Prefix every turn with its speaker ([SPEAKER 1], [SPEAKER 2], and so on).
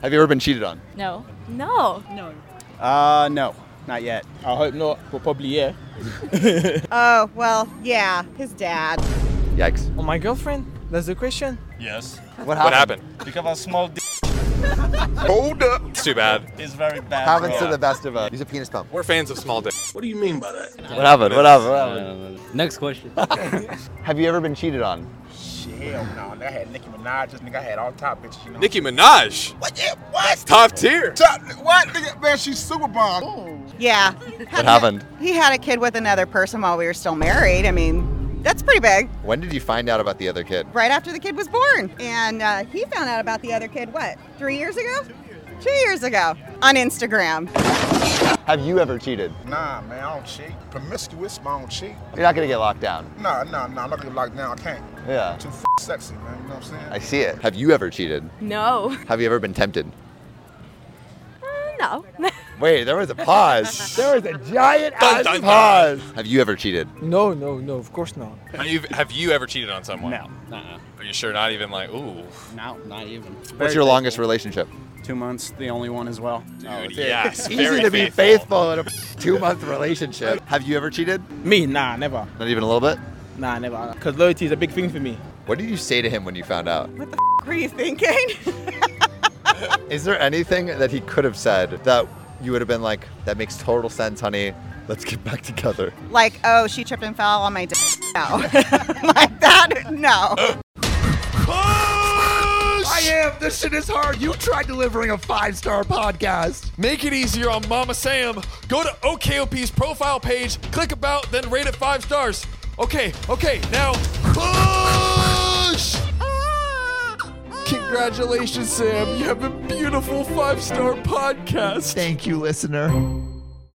[SPEAKER 1] Have you ever been cheated on?
[SPEAKER 2] No.
[SPEAKER 3] No.
[SPEAKER 4] No.
[SPEAKER 1] Uh, no, not yet.
[SPEAKER 5] I hope not, but probably yeah.
[SPEAKER 4] Oh, well, yeah, his dad.
[SPEAKER 1] Yikes.
[SPEAKER 6] Oh, my girlfriend? That's the question?
[SPEAKER 7] Yes.
[SPEAKER 1] What happened?
[SPEAKER 7] What happened?
[SPEAKER 8] Because a small d
[SPEAKER 1] Hold up.
[SPEAKER 7] It's too bad.
[SPEAKER 8] is very bad.
[SPEAKER 1] Happens
[SPEAKER 8] for
[SPEAKER 1] to the best of us. He's a penis pump.
[SPEAKER 7] We're fans of small dick.
[SPEAKER 1] What happened? What happened? What happened?
[SPEAKER 6] Next question.
[SPEAKER 1] Have you ever been cheated on?
[SPEAKER 9] Hell no, nigga, I had Nicki Minaj, this nigga I had all top bitches, you know.
[SPEAKER 7] Nicki Minaj.
[SPEAKER 9] What? Yeah, what?
[SPEAKER 7] Top tier.
[SPEAKER 9] Top, what? Nigga, man, she's super bomb.
[SPEAKER 4] Yeah.
[SPEAKER 1] What happened?
[SPEAKER 4] He had a kid with another person while we were still married. I mean, that's pretty big.
[SPEAKER 1] When did you find out about the other kid?
[SPEAKER 4] Right after the kid was born. And uh, he found out about the other kid, what, three years ago? Two years ago on Instagram.
[SPEAKER 1] Have you ever cheated?
[SPEAKER 9] Nah, man, I don't cheat. Promiscuous, but I don't cheat.
[SPEAKER 1] You're not gonna get locked down.
[SPEAKER 9] Nah, nah, nah, I'm not gonna lock down. I can't.
[SPEAKER 1] Yeah.
[SPEAKER 9] Too f- sexy, man. You know what I'm saying?
[SPEAKER 1] I see it. Have you ever cheated?
[SPEAKER 3] No.
[SPEAKER 1] Have you ever been tempted?
[SPEAKER 3] Uh, no.
[SPEAKER 1] Wait, there was a pause. there was a giant ass
[SPEAKER 7] dun, dun.
[SPEAKER 1] pause. Have you ever cheated?
[SPEAKER 6] No, no, no, of course not.
[SPEAKER 7] Have you, have you ever cheated on someone?
[SPEAKER 5] No.
[SPEAKER 10] Nuh-uh.
[SPEAKER 7] Are you sure? Not even like, ooh.
[SPEAKER 10] No, not even.
[SPEAKER 1] What's your longest relationship?
[SPEAKER 10] Two months, the only one as well.
[SPEAKER 7] Dude, yes.
[SPEAKER 1] Easy
[SPEAKER 7] very
[SPEAKER 1] to be faithful in a two-month relationship. Have you ever cheated?
[SPEAKER 5] Me? Nah, never.
[SPEAKER 1] Not even a little bit.
[SPEAKER 5] Nah, never. Because loyalty is a big thing for me.
[SPEAKER 1] What did you say to him when you found out?
[SPEAKER 4] What the f- were you thinking?
[SPEAKER 1] Is there anything that he could have said that you would have been like, "That makes total sense, honey. Let's get back together."
[SPEAKER 4] like, oh, she tripped and fell on my dick. No. like that? No.
[SPEAKER 1] I am. This shit is hard. You tried delivering a five-star podcast.
[SPEAKER 11] Make it easier on Mama Sam. Go to OKOP's profile page, click about, then rate it five stars. Okay, okay, now push! Congratulations, Sam. You have a beautiful five star podcast.
[SPEAKER 1] Thank you, listener.